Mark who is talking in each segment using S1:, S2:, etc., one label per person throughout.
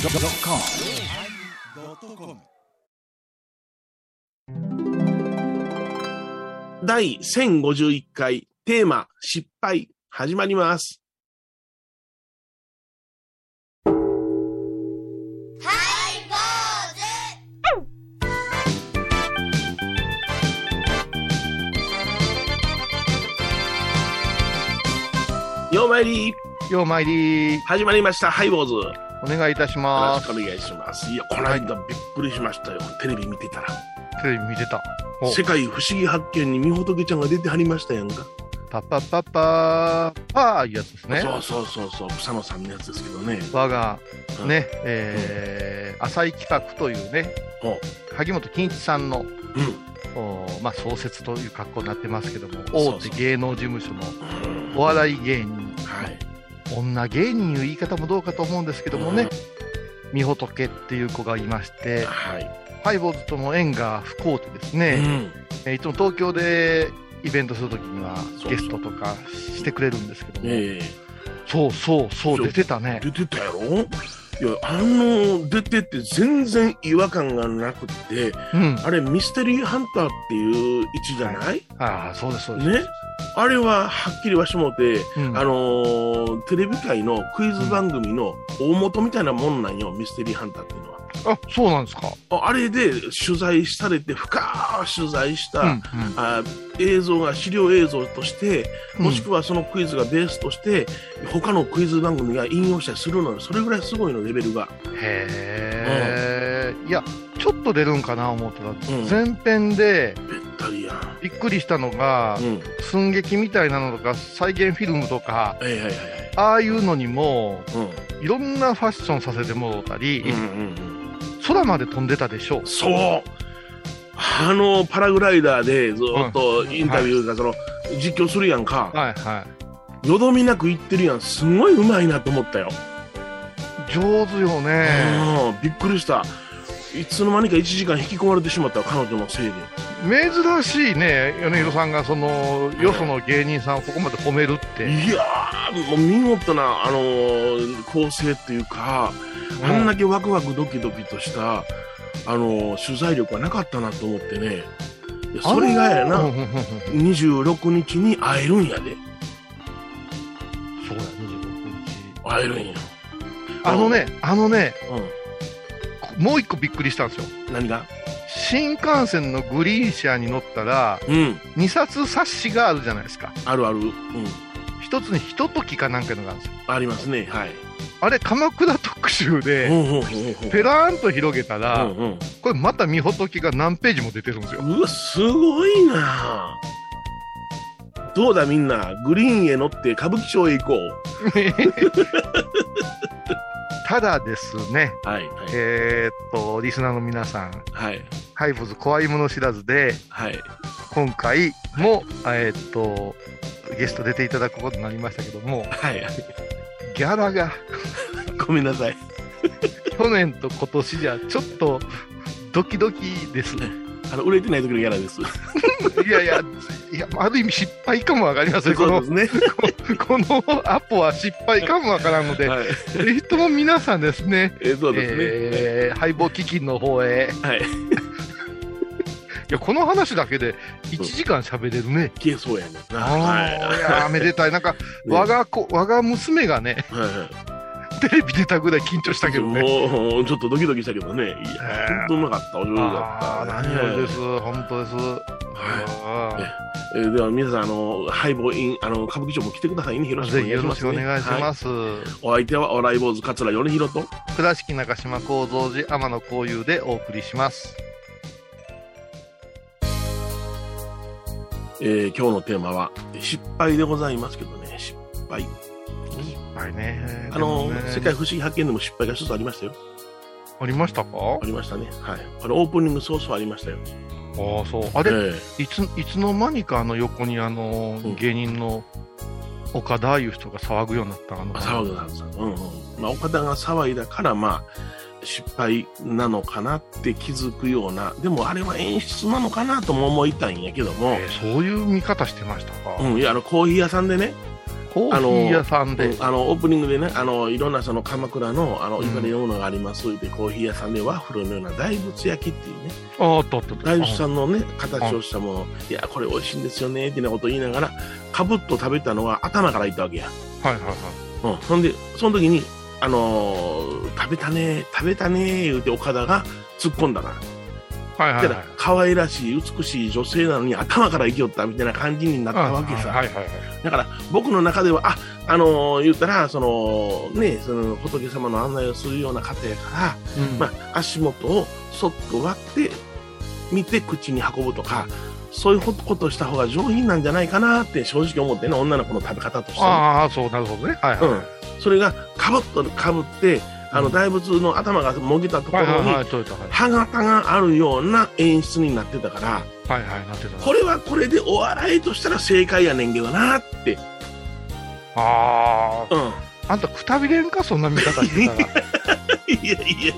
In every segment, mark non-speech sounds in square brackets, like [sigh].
S1: yosmir
S2: 第1051回テーマ失敗始まります。ようまいり
S3: ようまいりー
S2: 始まりましたハイボーズよ
S3: お願いいたし
S2: ろ
S3: ま
S2: し
S3: す
S2: くお願いしますいやこの間びっくりしましたよテレビ見てたら
S3: テレビ見てた
S2: 「
S3: お
S2: 世界不思議発見」にみほとけちゃんが出てはりましたやんか、
S3: パッパッパッパーパーいうやつですね
S2: そうそうそうそう草野さんのやつですけどね
S3: 我が
S2: うん
S3: ね、えー浅い企画というね
S2: ほう
S3: 萩本欽一さんの、
S2: うん
S3: おまあ、創設という格好になってますけども
S2: そう
S3: 大手芸能事務所の
S2: うん
S3: お笑い芸人
S2: はい
S3: 女芸人いう言い方もどうかと思うんですけどもね、みほとけっていう子がいまして
S2: はい、
S3: ハイボーズとの縁が不幸でですね、
S2: うん
S3: えーいつも東京でイベントするときには
S2: そうそう
S3: ゲストとかしてくれるんですけども、
S2: ええ
S3: そうそうそう
S2: そう
S3: 出てたね
S2: 出てたやろいやあの出てて全然違和感がなくって
S3: うん
S2: あれミステリーハンターっていう位置じゃない、
S3: ああそうですそうです、
S2: ねあれははっきりはしもて、
S3: うん
S2: あのーテレビ界のクイズ番組の大元みたいなもんなんよ、ミステリーハンターっていうのは。
S3: あそうなんですか
S2: ああれで取材されて深く取材した、
S3: うん
S2: あ映像が資料映像として
S3: うん
S2: もしくはそのクイズがベースとして、他のクイズ番組が引用したりするのよそれぐらいすごいのレベルが。
S3: へえ、いやちょっと出るんかな思ってた、
S2: ん
S3: 前編で
S2: べったりやん。
S3: びっくりしたのが、
S2: うん。
S3: 寸劇みたいなのとか再現フィルムとか
S2: はいはいはい
S3: ああいうのにも
S2: はい。
S3: いろんなファッションさせてもろたり、
S2: うん。うんうんうん。
S3: 空まで飛んでたでしょ
S2: そう。あのパラグライダーでずっとインタビューがその、実況するやんか。
S3: はいはい
S2: よどみなく言ってるやん。すごいうまいなと思ったよ。
S3: 上手よね、
S2: うん。びっくりした。いつの間にか1時間引き込まれてしまった彼女のせいで。
S3: 珍しいね米広さんがそのよその芸人さんをここまで褒めるって、
S2: いやー、もう見事な、あのー構成っていうか、あんだけワクワクドキドキとした、あのー取材力はなかったなと思ってね。いやそれがやな。
S3: うんうんうんうん
S2: 26日に会えるんやで
S3: そうや26日
S2: 会えるんや、
S3: あのねあのね
S2: う
S3: もう一個びっくりしたんですよ
S2: ん、何が
S3: 新幹線のグリーン車に乗ったら
S2: うん
S3: 2冊冊子があるじゃないですか
S2: あるあるうん
S3: 一つにひとときかなんかいうのがあるんですよ
S2: ありますねはい
S3: あれ鎌倉特集
S2: う
S3: で
S2: んうんうんう
S3: ペラーンと広げたら、
S2: んうん
S3: これまたみほときが何ページも出てるんです
S2: [laughs]
S3: よ
S2: うわすごいなどうだみんなグリーンへ乗って歌舞伎町へ行こう
S3: ただですね
S2: はいはい
S3: えーっとリスナーの皆さん
S2: はい
S3: ハイボーズ怖いもの知らずで
S2: はい
S3: 今回も、えーっとゲスト出ていただくことになりましたけども
S2: はい [laughs]
S3: ギャラが
S2: ごめんなさい
S3: 去年と今年じゃちょっとドキドキ
S2: [laughs]
S3: です。
S2: あの売れてない時のギャラです
S3: いやいや、いやある意味失敗かもわかりません。こ
S2: そう
S3: の
S2: ですね
S3: このアポは失敗かもわからんので、
S2: はい
S3: ぜひとも皆さんですね、
S2: えそうですね、
S3: えー、敗北基金の方へ。
S2: はい
S3: いや、この話だけで1時間喋れるね。
S2: 消えそうやねんな
S3: ああ、いやー、めでたい。なんか、
S2: ね
S3: 我が子、我が娘がね、 [laughs]
S2: はいはい
S3: テレビ出たぐらい緊張したけどね。
S2: もうちょっとドキドキしたけどね、いや
S3: ええ
S2: 本当うまかった、お上手
S3: あ
S2: だ
S3: あ
S2: っ
S3: ー、
S2: た。
S3: 何よりです。本当です。
S2: はい
S3: あ
S2: えーでは皆さん、あの、ハイボーイン、あの、歌舞伎町も来てくださいね。よろ
S3: ー
S2: しくお
S3: ぜ
S2: 願いし
S3: ひよろ
S2: ま
S3: し
S2: す、
S3: くお願いし
S2: は
S3: ます。
S2: お相手は、お笑い坊主、桂米広と。
S3: 倉敷中島幸三寺天野幸雄でお送りします
S2: えー今日のテーマは、失敗でございますけどね、失敗。
S3: はいね
S2: あの、
S3: でもね
S2: 世界不思議発見でも失敗が一つありましたよ。
S3: ありましたか
S2: ありましたね。はい。あの、オープニング早々ありましたよ。
S3: ああそうあ
S2: え
S3: れ、いついつの間にかあの横にあの
S2: うん
S3: 芸人の岡田ああいう人が騒ぐようになったあの
S2: え騒ぐなさん。うんうん。まあ、岡田が騒いだから、まあ、失敗なのかなって気づくような、でもあれは演出なのかなとも思いたいんやけども、
S3: えーそういう見方してましたか、
S2: うん、いや、あの、コーヒー屋さんでね、
S3: コーヒー屋さんで。
S2: あのオープニングでねあのいろんなその鎌倉のあのいかれるものがあります、でコーヒー屋さんでワッフルのような大仏焼きっていうね
S3: ああったあったあった
S2: 大仏さんのね形をしたものいやこれ美味しいんですよねってなことを言いながらかぶっと食べたのは頭からいったわけや、
S3: はいはいはい。
S2: うん、そんでその時に「あのー食べたね食べたね」言うて岡田が突っ込んだな
S3: はいは
S2: た
S3: いはい
S2: ら。可愛らしい美しい女性なのに頭から生きよったみたいな感じになったわけさ、
S3: はいはいはい。
S2: だから僕の中では、あ、あのー言ったら、その、ね、その仏様の案内をするような方やから、
S3: うん
S2: まあ、足元をそっと割って、見て口に運ぶとか、そういうことをした方が上品なんじゃないかなって正直思ってね、女の子の食べ方としてね、
S3: ああ、そう、なるほどね。はいはい。
S2: うんそれが、かぶっと、かぶって、あの、
S3: うん
S2: 大仏の頭がもげたとこ
S3: は
S2: ろ
S3: い
S2: に、
S3: はいはい、取れた。はい
S2: 歯型があるような演出になってたから、
S3: はいはい、なってた。
S2: これはこれでお笑いとしたら正解やねんけどなって、
S3: あ
S2: うん。
S3: あ、あんたくたびれんか、そんな見方してたら。
S2: いやいやいやいや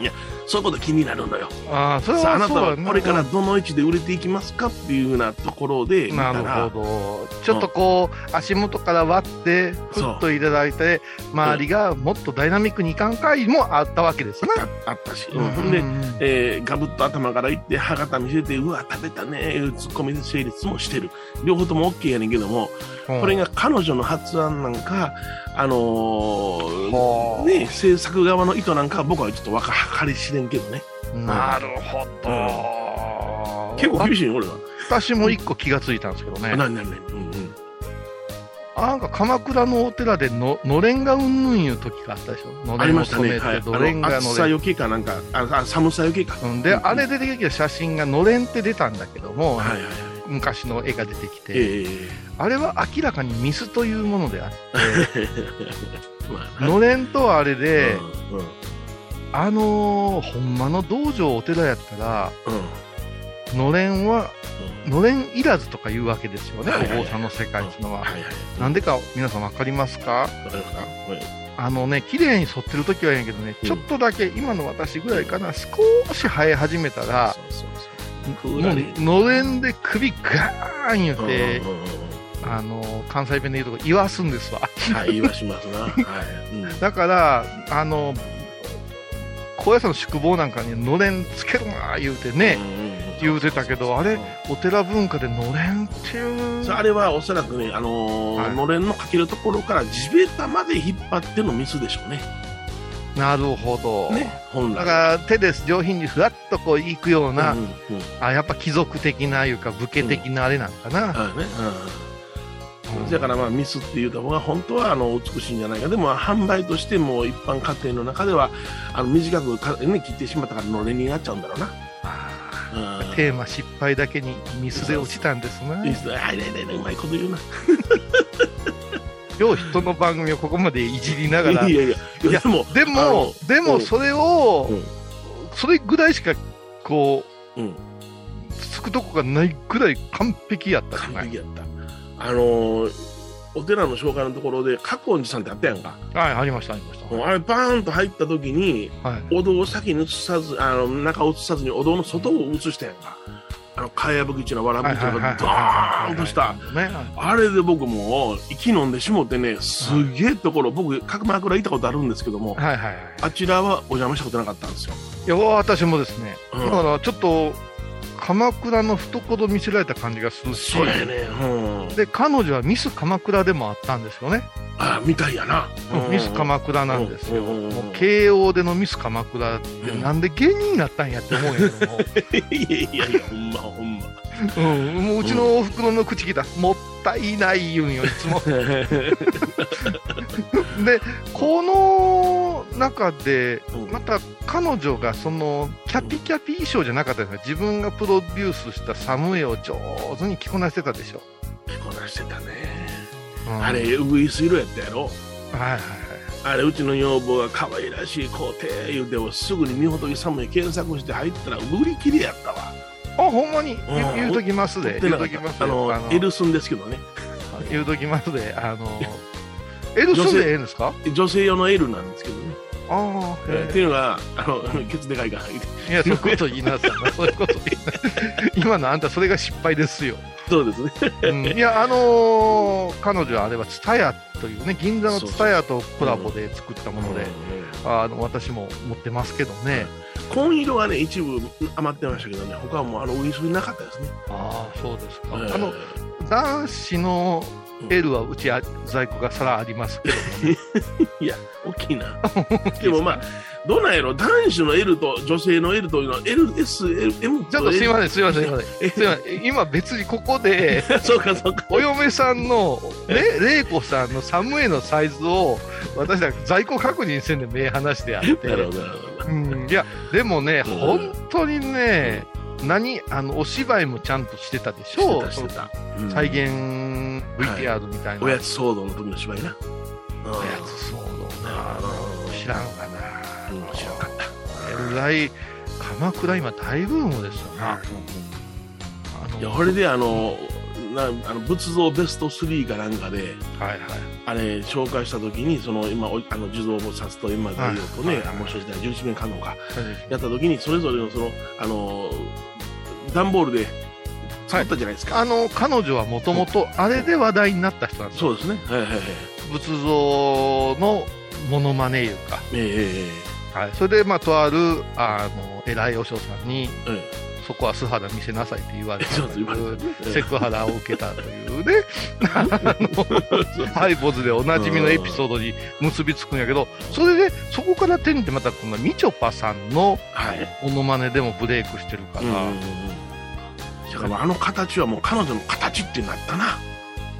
S2: いやそういうこと気になるのよ
S3: ああ、それ
S2: さああ
S3: は
S2: なた
S3: そう
S2: は
S3: だね。
S2: これからどの位置で売れていきますかっていうようなところで見た
S3: な
S2: ら
S3: るほど。ちょっとこう、足元から割って、ふっといただいて、周りがもっとダイナミックにいかんかいもあったわけですね。
S2: ああったし、うんほんで、
S3: うん
S2: えーガブッと頭からいって歯型見せてうわ食べたねいうツッコミで成立もしてる両方とも OK やねんけどもこれ、が彼女の発案なんかあのー
S3: はあ
S2: ね、制作側の意図なんかは僕はちょっと分かり知れんけどね
S3: なるほど。
S2: 結構厳しいよ俺は、
S3: 私も一個気がついたんですけどね。
S2: 何何何うんうん
S3: なんか鎌倉のお寺でののれんがうんぬんいう時があったでしょ。
S2: あ
S3: のれ
S2: り
S3: ん
S2: ま
S3: を
S2: した
S3: 染
S2: ね、
S3: めて、
S2: はい、
S3: のれん
S2: あの
S3: が
S2: 暑
S3: の
S2: さ
S3: れん。
S2: よけかなんかああ寒さよけか
S3: うんで、あれで出てきた写真がのれんって出たんだけども、
S2: はいはいはい。
S3: 昔の絵が出てきて、
S2: え
S3: あれは明らかにミスというものであっ
S2: え
S3: て、
S2: まあ
S3: のれんとはあれで、
S2: うんうん
S3: あのー、ほんまの道場お寺やったら、のれんは、
S2: うん
S3: のれんいらずとか言うわけですよね、
S2: はいはい
S3: お坊さんの世界っていうのは。
S2: はいはい。
S3: なんでか皆さんわかりますか
S2: わかりますか
S3: あのね、綺麗に剃ってる時はいいんやけどね、
S2: うん
S3: ちょっとだけ今の私ぐらいかな、少し生え始めたら、
S2: そうそうそ
S3: も
S2: う
S3: う
S2: らり
S3: のれんで首ガーン言
S2: う。
S3: って
S2: うん、うんうん
S3: あの関西弁で言うとこ言わすんですわ。
S2: うんはい、言わし
S3: [laughs]
S2: ますな。はい。うん
S3: だから、あの高野山の宿坊なんかにのれんつけるな言うてね、、言うてたけどあれお寺文化でのれんっていう。
S2: そうあれはおそらくね、あのー
S3: はい
S2: のれんのかけるところから地べたまで引っ張ってのミスでしょうね。
S3: なるほど。
S2: ね、本来。
S3: だから手で上品にふらっとこう行くような、
S2: うんうんうん
S3: あやっぱ貴族的ないうか武家的なあれなんかな、
S2: はいね。うん
S3: うん
S2: だからまあミスっていうた方が本当はあの美しいんじゃないかでもまあ販売としても一般家庭の中ではあの短くか、ね、切ってしまったからのれんになっちゃうんだろうな。うん
S3: テーマ失敗だけにミスで落ちたんです
S2: いい
S3: ね
S2: っ。すねはいはいはいはいうまいこと言うな。
S3: よう人の番組をここまでいじりながら。
S2: い
S3: で
S2: やいやい
S3: いや
S2: やでも、
S3: も、で
S2: う
S3: も
S2: ん
S3: それを
S2: うん、
S3: それぐらいしか、こ
S2: うん、
S3: う、つくとこがないぐらい完璧やったじゃな
S2: 完
S3: い。
S2: 璧やった。あのーお寺の紹介のところで過去おじさんってあったやんか。
S3: はい、ありました、ありました。
S2: もう
S3: は
S2: あれバーンと入った時に
S3: い。
S2: お堂を先に映さずあの中を映さずにお堂の外を映したやんか。あのかやぶきちのわらぶきちのがドーンとした。
S3: ね。
S2: あれで僕もう息飲んでしもってね、すげえところ、僕、角枕行ったことあるんですけども、
S3: はいはいはい。
S2: あちらはお邪魔したことなかったんですよ。
S3: いや、私もですね、
S2: う
S3: だ
S2: ん、
S3: からちょっと、鎌倉の懐見せられた感じがするし
S2: そう、やね、うん、
S3: で、彼女はミス鎌倉でもあったんですよね。
S2: あみたいやな。
S3: ミス鎌倉なんですよ。
S2: うんうんうん
S3: もう慶応でのミス鎌倉ってなんで芸人になったんやって思うんや
S2: [laughs]
S3: けども、
S2: いやいやいや、ほんまほんま。
S3: うん、もううちのおふくろの口聞いたらもったいない言うんよい
S2: [laughs]
S3: つもでこの中でまた彼女がそのキャピキャピ衣装じゃなかったですね自分がプロデュースしたサムエを上手に着こなしてたでしょ、
S2: 着こなしてたね。
S3: うん
S2: あれ、ウグイス色やったやろ。
S3: はいはいはい
S2: あれ、うちの女房が可愛らしい皇帝言うて、すぐに見仏様に検索して入ったら売り切れやったわ。
S3: あほんまに、言
S2: う
S3: うん言うときますで
S2: 売って
S3: 言
S2: な
S3: う
S2: か
S3: と
S2: っ
S3: きます
S2: た。あの、エルスンですけどね。 [laughs]
S3: 言うときますであのエルスンでええんですか
S2: 女性用のエルなんですけどね。
S3: あああ、
S2: えーっていうのが、あの、ケツでかいから。
S3: いや、そういうこと言いなさ [laughs] い。そういうこと言いなさい。今のあんた、それが失敗ですよ。
S2: そうですね。
S3: [laughs] うん、いや、あのー彼女はあれは、ツタヤというね、銀座のツタヤとコラボで作ったもので、あの私も持ってますけどね。
S2: 紺色がね、一部余ってましたけどね、他はもうあの、ウイスになかったですね。
S3: ああ、そうですか。
S2: えー
S3: あの、男子の L はうちあ在庫がさらありますけ [laughs] ど、
S2: いや、大きい
S3: [laughs]
S2: な。でもまあ、どうなんやろ、男子の L と女性の L というのは、L、S、L、M
S3: ちょっとすいません、すいません、すいません。すいません今別にここ [laughs] で、
S2: せん。そうか、そうか。
S3: お嫁さんの、れ、玲子さんのサムエのサイズを、私ら在庫確認せんで目離してや [laughs] っ
S2: なる
S3: て。
S2: ほど、なるほど。
S3: うん、いや、でもね、
S2: うん
S3: 本当にね、何、あの、お芝居もちゃんとしてたでしょ
S2: してた、してた。うん
S3: 再現 VTR みたいな。
S2: おやつ騒動の時の芝居な。うん
S3: おやつ騒動な。知らんがな。
S2: うん知らんかった。
S3: えらい、鎌倉今大ブームですよな。あの
S2: いや、これであの、なあの仏像ベスト3かなんかで、
S3: はいはい。
S2: あれ、紹介した時に、その今、おあの地蔵菩薩と今、大王と
S3: は
S2: ね
S3: いはい、
S2: もしかしたら11面観音か、やった時に、それぞれのその、あの、段ボールで作ったじゃないですか。
S3: あの彼女はもともとあれで話題になった人なんですよ
S2: そうですね。はいはいはい。
S3: 仏像のモノマネいうか、
S2: ええ
S3: はい、それで、まあ、とあるあの偉いお嬢さんに
S2: えええ
S3: そこは素肌見せなさいって言われ
S2: え。
S3: た
S2: [laughs] そう
S3: と
S2: です、
S3: い
S2: 今の
S3: う。セクハラを受けたとい
S2: [laughs]
S3: うねあのハイボズでおなじみのエピソードに結びつくんやけどそれでそこから手にてまたこのみちょぱさんの
S2: はい。
S3: モノマネでもブレイクしてるから、
S2: だからあの形はもう彼女の形ってなったな。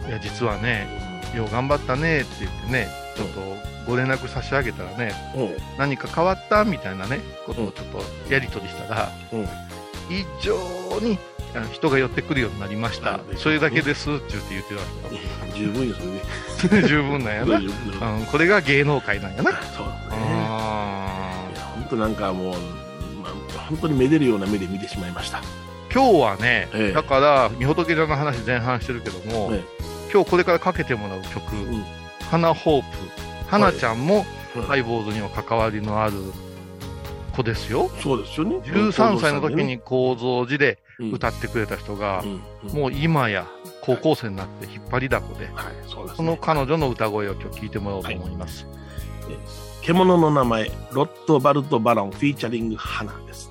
S3: いや実はねよう頑張ったねって言ってね、ちょっとご連絡差し上げたらね、
S2: うん。うん
S3: 何か変わったみたいなね、ことをちょっとやり取りしたら、
S2: うん
S3: 非常にあの人が寄ってくるようになりました
S2: なんで、
S3: それだけですって言って言ってまし
S2: 十分よ、それで。
S3: た。 [laughs] 十分なんやな、
S2: 十分よ
S3: うん。これが芸能界なんやな。
S2: そうだね。
S3: あ
S2: い
S3: ー
S2: や、本当なんかもう、まあ、本当にめでるような目で見てしまいました。
S3: 今日はね、
S2: ええ
S3: だから、みほとけちゃんの話前半してるけども、
S2: え
S3: 今日これからかけてもらう曲、
S2: ん
S3: 花ホープ、花ちゃんも、
S2: はい
S3: ハイボーズには関わりのある子ですよ。
S2: そうですよね。
S3: 13歳の時に構造寺で
S2: うん
S3: 歌ってくれた人が
S2: う、んうん
S3: もう今や高校生になって引っ張りだこで、
S2: はい、そうです、
S3: そ
S2: ね。
S3: の彼女の歌声を今日聞いてもらおうと思います。
S2: 獣の名前、ロットバルト・バロン、フィーチャリング・ハナです。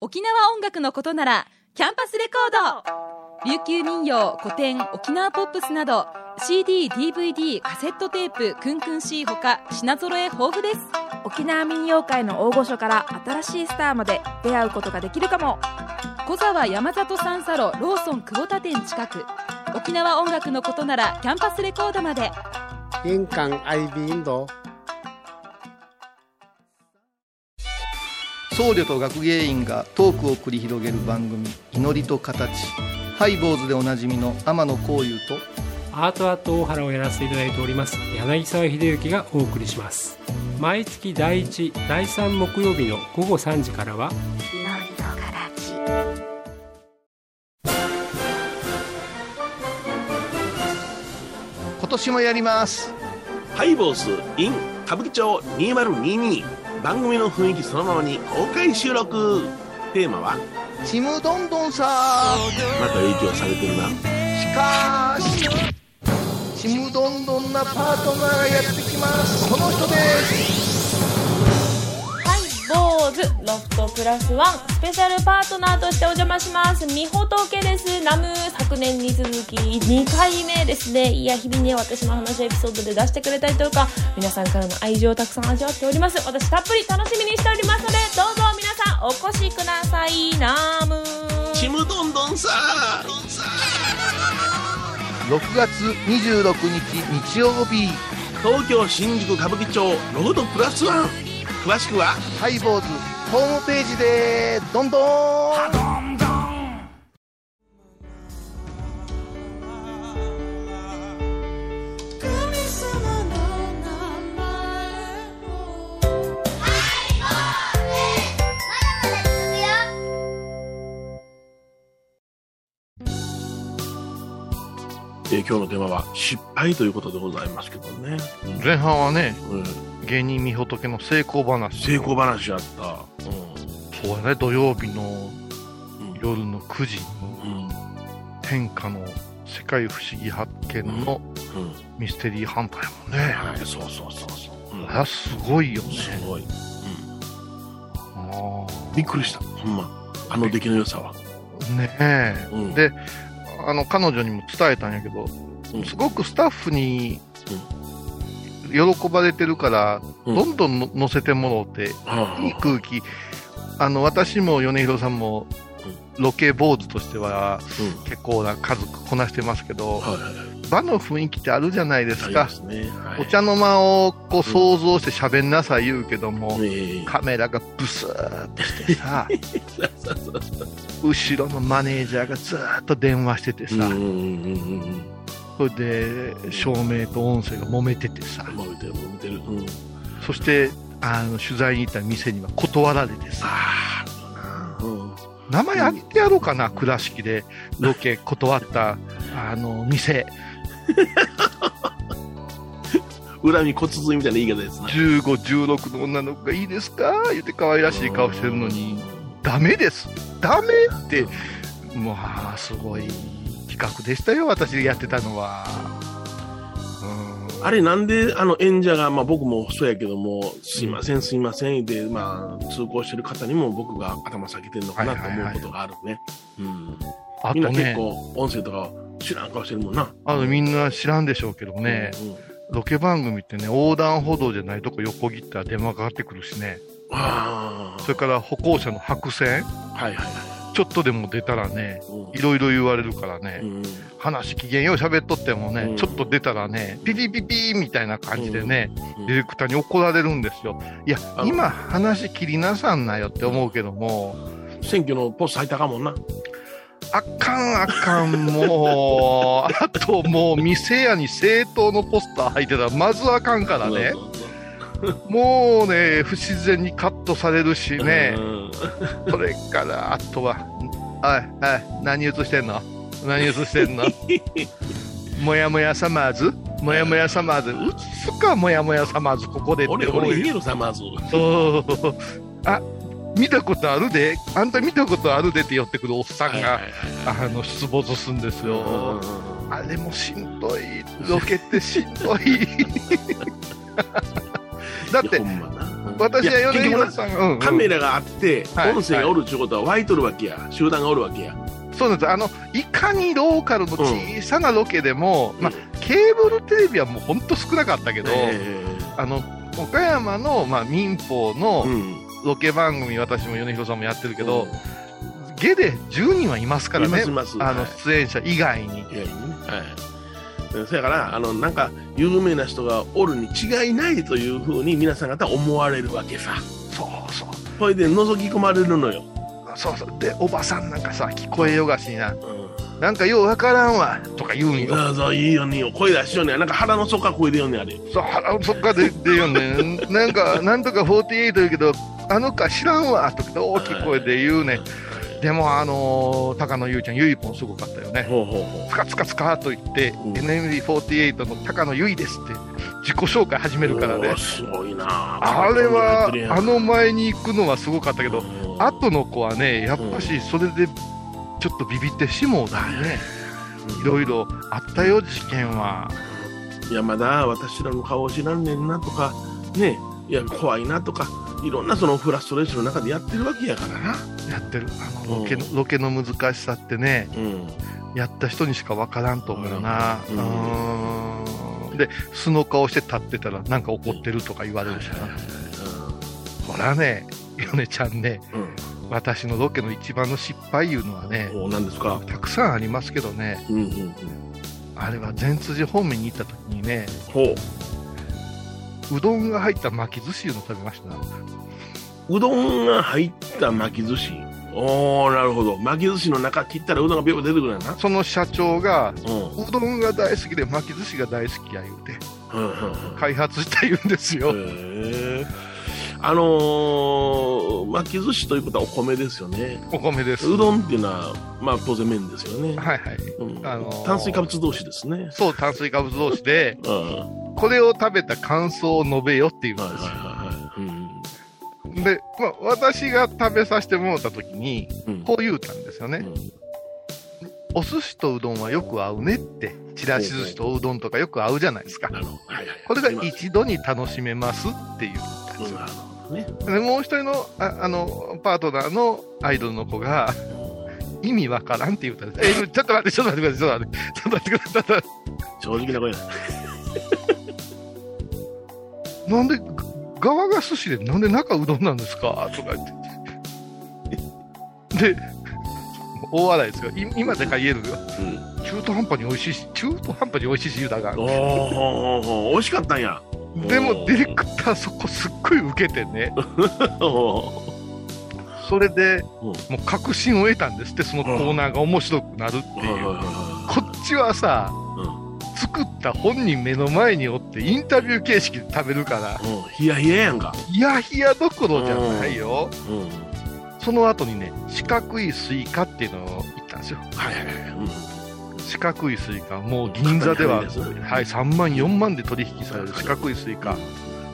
S1: 沖縄音楽のことならキャンパスレコード琉球民謡古典沖縄ポップスなど CDDVD カセットテープクンクン C ほか品揃え豊富です
S4: 沖縄民謡界の大御所から新しいスターまで出会うことができるかも
S1: 小沢山里三佐路ローソン久保田店近く沖縄音楽のことならキャンパスレコードまで
S5: 玄関 IB インド
S6: 僧侶と学芸員がトークを繰り広げる番組「祈りと形」ハイボーズでおなじみの天野幸雄と
S7: アートアート大原をやらせていただいております柳沢秀幸がお送りします毎月第1第3木曜日の午後3時からは
S6: 今年もやります
S2: ハイボース in 歌舞伎町2022番組の雰囲気そのままに公開収録テーマは
S6: ちむどんどんさ
S2: また影響されてるな
S6: しかしちむどんどんなパートナーがやってきますこの人です
S8: ハイボーズロフトプラスワンスペシャルパートナーとしてお邪魔しますみほとけですナム昨年に続き2回目ですねいや日々ね私の話をエピソードで出してくれたりとか皆さんからの愛情をたくさん味わっております私たっぷり楽しみにしておりますのでどうぞ皆さんお越しくださいナム
S2: ちむどんどんさ
S6: 6月26日日曜日
S2: 東京新宿歌舞伎町ロードプラスワン詳しくは
S6: ハイボーズホームページでどんどん
S9: まだまだ続くよ
S2: 今日のテーマは失敗ということでございますけどね。
S3: 前半はね、
S2: うん、
S3: 芸人みほとけの成功話。
S2: 成功話あった。
S3: そうやね、土曜日の
S2: うん。うん。
S3: 夜の9時に、
S2: うん。
S3: 天下の世界不思議発見の
S2: うん。
S3: ミステリーハンターやもんね。
S2: はい、そうそうそうそう。うん
S3: あれはすごいよね。
S2: すごい。
S3: あー
S2: びっくりした。ほんま。あの出来の良さは。
S3: ねえ。
S2: うん
S3: で、あの、彼女にも伝えたんやけど、
S2: うん
S3: すごくスタッフに喜ばれてるから、
S2: うん
S3: どんどんの乗せてもろうて、
S2: ああ
S3: いい空気、あの、私も米広さんも、ロケ坊主としては
S2: うん
S3: 結構な数こなしてますけど、
S2: はいはいはい。
S3: 場の雰囲気ってあるじゃないで
S2: あ
S3: す
S2: り
S3: か
S2: ま。すね。はい
S3: お茶の間をこう想像して喋んなさい言うけども、
S2: ええ
S3: カメラがブスーっとし
S2: [laughs]
S3: てさ、後ろのマネージャーがずーっと電話しててさ、
S2: うんうんうんうんうん。
S3: それで照明と音声が揉めててさ、
S2: もう見てる、もう見てる。うん。
S3: そしてあの取材に行った店には断られてさ、
S2: ああ、うん。
S3: 名前あげてやろうかな、倉敷でロケ断ったあの店、
S2: 恨み小包みたいな言い方ですな。
S3: 15、16の女の子がいいですか言って可愛らしい顔してるのに。ダメです、ダメって、もうあーすごい企画でしたよ、私やってたのは。うん
S2: あれなんであの演者が、まあ、僕もそうやけども、すいません、すいませんで、まあ、通行してる方にも僕が頭下げてるのかなと思うことがあるね。うん
S3: あ
S2: みんな
S3: と
S2: 結
S3: ね、
S2: 構音声とか知らん顔してるもんな。
S3: あのみんな知らんでしょうけどね、
S2: うんうん
S3: ロケ番組ってね、横断歩道じゃないとこ横切ったら電話かかってくるしね、
S2: あ
S3: それから歩行者の白線、
S2: あ、はいはいは
S3: ちょっとでも出たらね、
S2: い。うん
S3: いろいろ言われるからね、
S2: うん
S3: 話機嫌よう喋っとってもね、
S2: うん
S3: ちょっと出たらね、ピピピピーみたいな感じでね、
S2: うん
S3: ディレクターに怒られるんですよ。いや
S2: あ、の
S3: 今話切りなさんなよって思うけども、
S2: 選挙のポスト入ったかもんな。
S3: あかんあかん、もう、あ [laughs] ともう店屋に政党のポスター入ってたらまずあかんからね、
S2: そうそうそう
S3: もうね、不自然にカットされるしね
S2: う、ん
S3: それからあとは、おい、おい、何映してんの何映して
S2: [laughs]
S3: んのもやもやサマーズもやもやサマーズ映すか、もやもやサマーズ、ここでって
S2: 俺、
S3: 思う
S2: 俺、
S3: よ
S2: 言えるさ、まず。
S3: そうあ見たことあるで、あんた見たことあるでって寄ってくるおっさんが、あの出没すんですよ。あれもしんどい、ロケってしん
S2: [laughs]
S3: どい。だって
S2: いや、ほんまな
S3: 私
S2: いや結
S3: は米
S2: 局
S3: 広
S2: な
S3: さん、うんうん
S2: カメラがあって、
S3: はい
S2: 音声がおるってことは湧いとるわけや、集団がおるわけや。
S3: そうなんですあのいかにローカルの小さなロケでも、まあ、ケーブルテレビはもう本当少なかったけど、
S2: え
S3: あの岡山の、まあ、民放の
S2: えうん
S3: ロケ番組、私も米広さんもやってるけど、ゲで10人はいますから
S2: いま
S3: ね
S2: すい、ます。
S3: あ
S2: は
S3: の
S2: い
S3: 出演者以外
S2: いや
S3: に。
S2: いいねはい。そやから、あの、なんか、有名な人がおるに違いないというふうに皆さん方は思われるわけさ。
S3: そうそう
S2: それで覗き込まれるのよ。
S3: そうそうでおばさんなんかさ聞こえよがしな
S2: う
S3: なんかようわからんわとか言うん
S2: ん。
S3: よ
S2: そうそう、いいよね。声出しようね。なんか腹の底から声出ようね、あれ。
S3: そう腹の底から出出よんね
S2: [laughs]
S3: なんかなんとか48言うけどあのか知らんわとか大きい声で言うねでもあのー高野優ちゃんゆいぽんすごかったよね
S2: ほうほうほ
S3: つかつかつかと言って、
S2: うん
S3: NMB48 の高野優衣ですって自己紹介始めるから
S2: お
S3: ね
S2: ーすごいな
S3: あれはあの
S2: 前
S3: 前に行くのはすごかったけど
S2: ど
S3: 後の子はねやっぱしそれでちょっとビビってしもうだねいろいろあったよ事件は
S2: 「いやまだ私らの顔知らんねんな」とか「ねいや怖いな」とかいろんなそのフラストレーションの中でやってるわけやからな。
S3: やってるあのロケの
S2: う
S3: ロケの難しさってね
S2: うん
S3: やった人にしかわからんと思うな
S2: う
S3: うんーんで素の顔して立ってたらなんか怒ってるとか言われるしなほらね米ちゃんね
S2: う
S3: 私のロケの一番の失敗いうのはね
S2: ん、おなんですか。
S3: たくさんありますけどね
S2: うんうんうん。
S3: あれは善通寺方面に行った時にね
S2: ほ
S3: うどんが入った巻き寿司いうの食べました
S2: う。うどんが入った巻き寿司。おお、なるほど。巻き寿司の中切ったらうどんがビュービュー出てくるやな。
S3: その社長が
S2: うん。
S3: うどんが大好きで巻き寿司が大好きや言うて
S2: うんうんうん。
S3: 開発した言うんですよ、
S2: へえあのー巻き寿司ということはお米ですよね。
S3: お米です。
S2: う
S3: は
S2: どんっていうのは、まあ当然麺ですよね
S3: い。はい。
S2: うん
S3: あのー
S2: 炭水化物同士ですね。
S3: そう、炭水化物同士で、
S2: うん。は
S3: これを食べた感想を述べよっていうん
S2: いはい
S3: で
S2: はいはい。うん。
S3: すよ。で、まあ、私が食べさせてもらった時に、
S2: うん
S3: こう言うたんですよね。お寿司とうどんはよく合うねって、ちらし寿司とうどんとかよく合うじゃないですか
S2: な。るほど。はいはい。
S3: これが
S2: 今
S3: 一度に楽しめますっていう感じ
S2: なるほどね。
S3: でもう一人のああのパートナーのアイドルの子が、意味わからんって言ったんですえちょっと待って、ちょっと待ってください、ちょっと待って、ちょっと待ってください、ちょっと待っ
S2: 正直な声だ。
S3: て、なんで、側が寿司で、なんで中うどんなんですかとか言って。 [laughs] で、大笑いですよ。い今でか言えるよ。
S2: うん。
S3: 中途半端に美味しいし、中途半端に美味しいし言うたが
S2: おーおーおー美味しかったん
S3: [laughs]
S2: や。
S3: でもディレクターそこすっごい受けてね。
S2: おー
S3: それで、
S2: うん
S3: もう確信を得たんですって、そのコーナーが面白くなるって
S2: はい
S3: い。
S2: はいうは
S3: こっちはさ、
S2: う
S3: 作った本人目の前におってインタビュー形式で食べるから
S2: いうん。ヒヤヒヤやんか。
S3: ヒヤヒヤどころじゃないよ、
S2: うん。はい
S3: その後にね四角いスイカっていうのを言ったんですよ
S2: はいはい。うん
S3: 四角いスイカもう銀座では、はい、
S2: 高いですね
S3: 3万4万で取引される四角いスイカ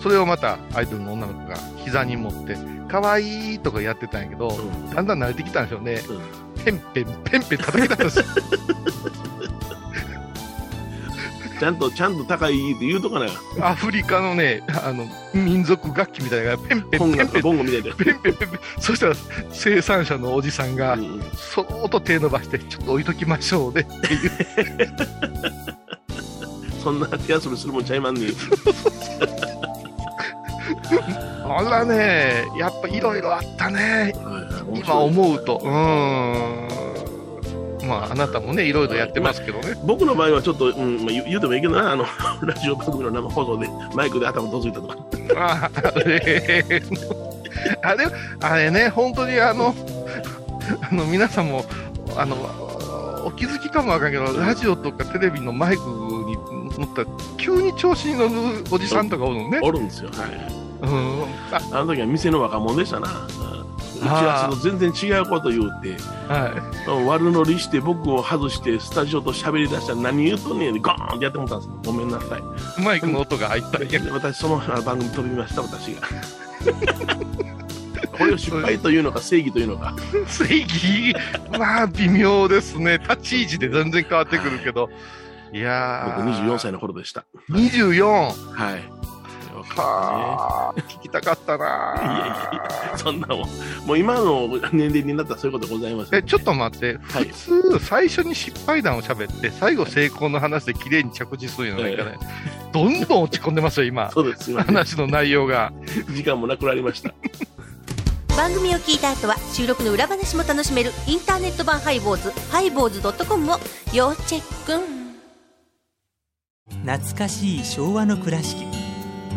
S3: それをまたアイドルの女の子が膝に持ってかわいいとかやってたんやけど、
S2: うん
S3: だんだん慣れてきたんでしょうね、ペンペンペンペン叩きたん
S2: [laughs]
S3: ですよ
S2: ちゃんと、ちゃんと高いって言うとかな。
S3: アフリカのねあの民族楽器みたいなのがペンペンペ
S2: 本
S3: ンペ
S2: が
S3: ンペン
S2: ボンゴみたいで。
S3: ペンペンペンペンそしたら生産者のおじさんが、
S2: うん
S3: そーっと手伸ばして、ちょっと置いときましょうね。
S2: そんな手遊びするもんちゃいまん
S3: [laughs]
S2: ねん。
S3: あらね、やっぱいろいろあったね、今思うと。うーん。まあ、あなたもね、いろいろやってますけどね。
S2: 僕の場合はちょっと、うんまあ、言言うてもいいけどな、あの [laughs] ラジオ番組の生放送でマイクで頭どついたとか、
S3: あれ、あれ、あれね、本当にあの、あの、皆さんも、あの、お気づきかもわかんないけど、ラジオとかテレビのマイクに乗ったら、急に調子に乗るおじさんとかおるのね。
S2: おるんですよ、はい、
S3: うん。あ
S2: あの時は店の若者でしたな、うんうちはその全然違うこと言うて、
S3: は
S2: うん悪乗りして、僕を外して、スタジオと喋り出したら、何言うとんねんで、ゴーンってやってもらったんですよ、ごめんなさい、
S3: い。マイクの音が入ったり。
S2: で私、そのあ番組飛びました、私が。 [laughs] これを失敗というのか、正義というのか、
S3: 正義まあ微妙ですね立ち位置で全然変わってくるけどいや
S2: 僕
S3: ー
S2: 24歳の頃でした。
S3: 24
S2: はい
S3: はあ、聞きたかった
S2: いやいやい
S3: な
S2: や [laughs] そんなもん。もう今の年齢になったらそういうことございます。
S3: えちょっと待って
S2: はい
S3: 普通最初に失敗談を喋って最後成功の話で綺麗に着地するようないかねどんどん落ち込んでますよ [laughs] 今
S2: そうです。すいません。
S3: 話の内容が
S2: 時間もなくなりました。
S9: 番組を聞いた後は収録の裏話も楽しめるインターネット版ハイボーズハイボーズドットコムを要チェックン
S10: 懐かしい昭和の倉敷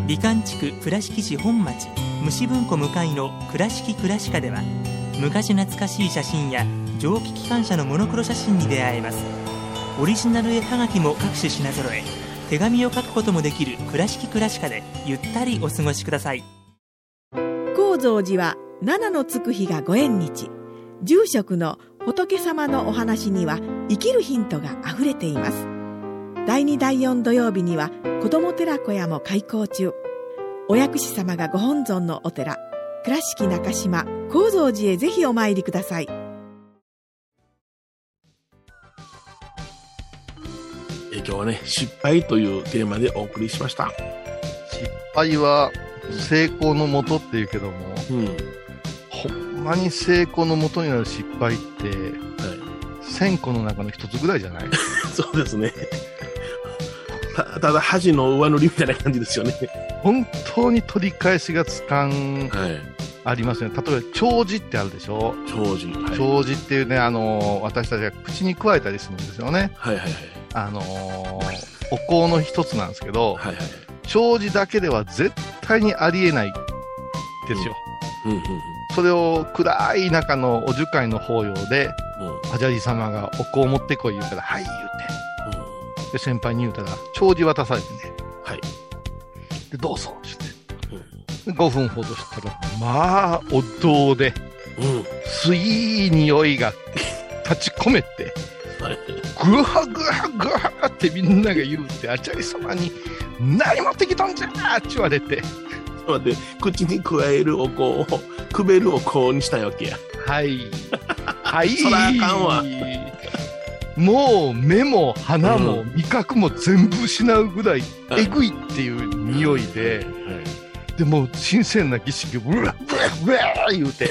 S10: 美観地区倉敷市本町虫文庫向かいの「倉敷倉歯科」では昔懐かしい写真や蒸気機関車のモノクロ写真に出会えますオリジナル絵はがきも各種品揃え手紙を書くこともできる「倉敷倉歯科」でゆったりお過ごしください
S11: 高蔵寺は七のつく日がご縁日住職の仏様のお話には生きるヒントがあふれています第2第4土曜日には子ども寺小屋も開校中お薬師様がご本尊のお寺倉敷中島・高蔵寺へぜひお参りください
S2: え今日はね、失敗というテーマでお送りしました。
S3: 失敗は成功のもとっていうけども
S2: うん。は
S3: ほんまに成功のもとになる失敗って1000個の中の一つぐらいじゃ [laughs] ない
S2: い。そうですね。たただ恥の上塗りみたいな感じですよね。
S3: 本当に取り返しがつかん
S2: はい。
S3: ありますね例えば長寿ってあるでしょ
S2: 長寿。はい。はい
S3: 長寿っていうねあのー私たちが口に加えたりするんですよね
S2: はいはい。
S3: あのーお香の一つなんですけど
S2: はいはい。
S3: 長寿だけでは絶対にありえないですよ、
S2: うんうんうん。
S3: それを暗い中のお受会の法要で
S2: うんうん
S3: アジャリ様がお香を持ってこい言うから「はい」言うてで先輩に言うたら長寿渡されてね
S2: はい
S3: でどうぞって
S2: うん
S3: 5分ほどしたら、まあ、お堂で、すいい匂いが立ち込めて、ぐはぐはぐはってみんなが言うて、あちゃり様に、何持ってきたんじゃーって言われて。
S2: そうで、口に加えるお香を、くべるお香にしたいわけや。
S3: はい。はい。
S2: そらあかんわ。
S3: もう目も鼻も味覚も全部失うぐらいえぐいっていう匂いで、でもう新鮮な儀式をうわうわうわ言うて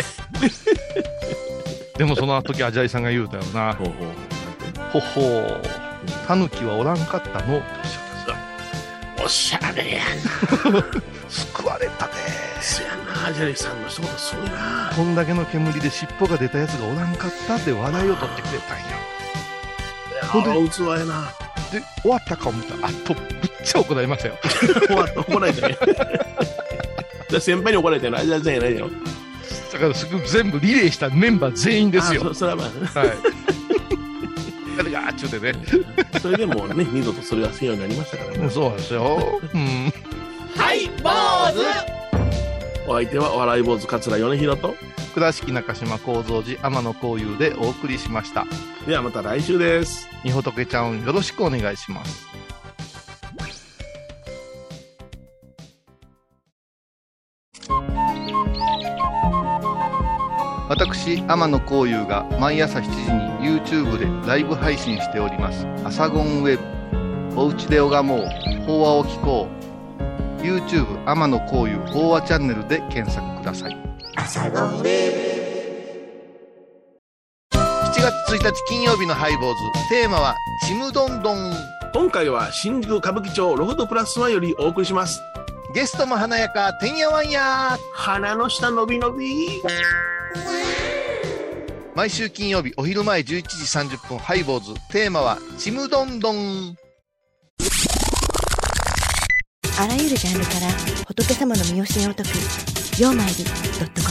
S3: でもその時アジャイさんが言うたよなほほほうタヌキはおらんかったの
S2: おしゃれや
S3: な救われたね
S2: そやなアジャリさんの仕事すごいな
S3: こんだけの煙で尻尾が出たやつがおらんかったって笑いを取ってくれたんや
S2: ほんで器やな
S3: で終わったか思ったらあっとぶっちゃ怒られましたよ
S2: 終わった怒られたねで先輩に怒られたよなアジャリさんやないよ
S3: だからすぐ全部リレーしたメンバー全員ですよ
S2: あそそれはまあ
S3: はい誰があっちゅうてね
S2: それでもうね二度とそれがせんようになりましたからね
S3: そうですよ、うん、
S8: はい坊主
S2: お相手は笑い坊主桂米広と
S3: 倉敷中島幸三寺天野幸雄でお送りしました
S2: ではまた来週です
S3: みほとけちゃんよろしくお願いします私天野幸雄が毎朝7時に YouTube でライブ配信しております「アサゴンウェブ」「おうちで拝もう法話を聞こう」YouTube 天野幸雄法話チャンネルで検索ください7月1日金曜日のハイボーズテーマは「ちむどんどん
S2: 今回は新宿歌舞伎町ロフトプラスワンよりお送りします」
S3: ゲストも華やかてんやわんや
S2: 鼻の下伸び伸び
S3: 毎週金曜日お昼前11時30分ハイボーズテーマは「ちむどんどん」
S12: あらゆるジャンルから仏様の身教えを解く「曜マイり .com」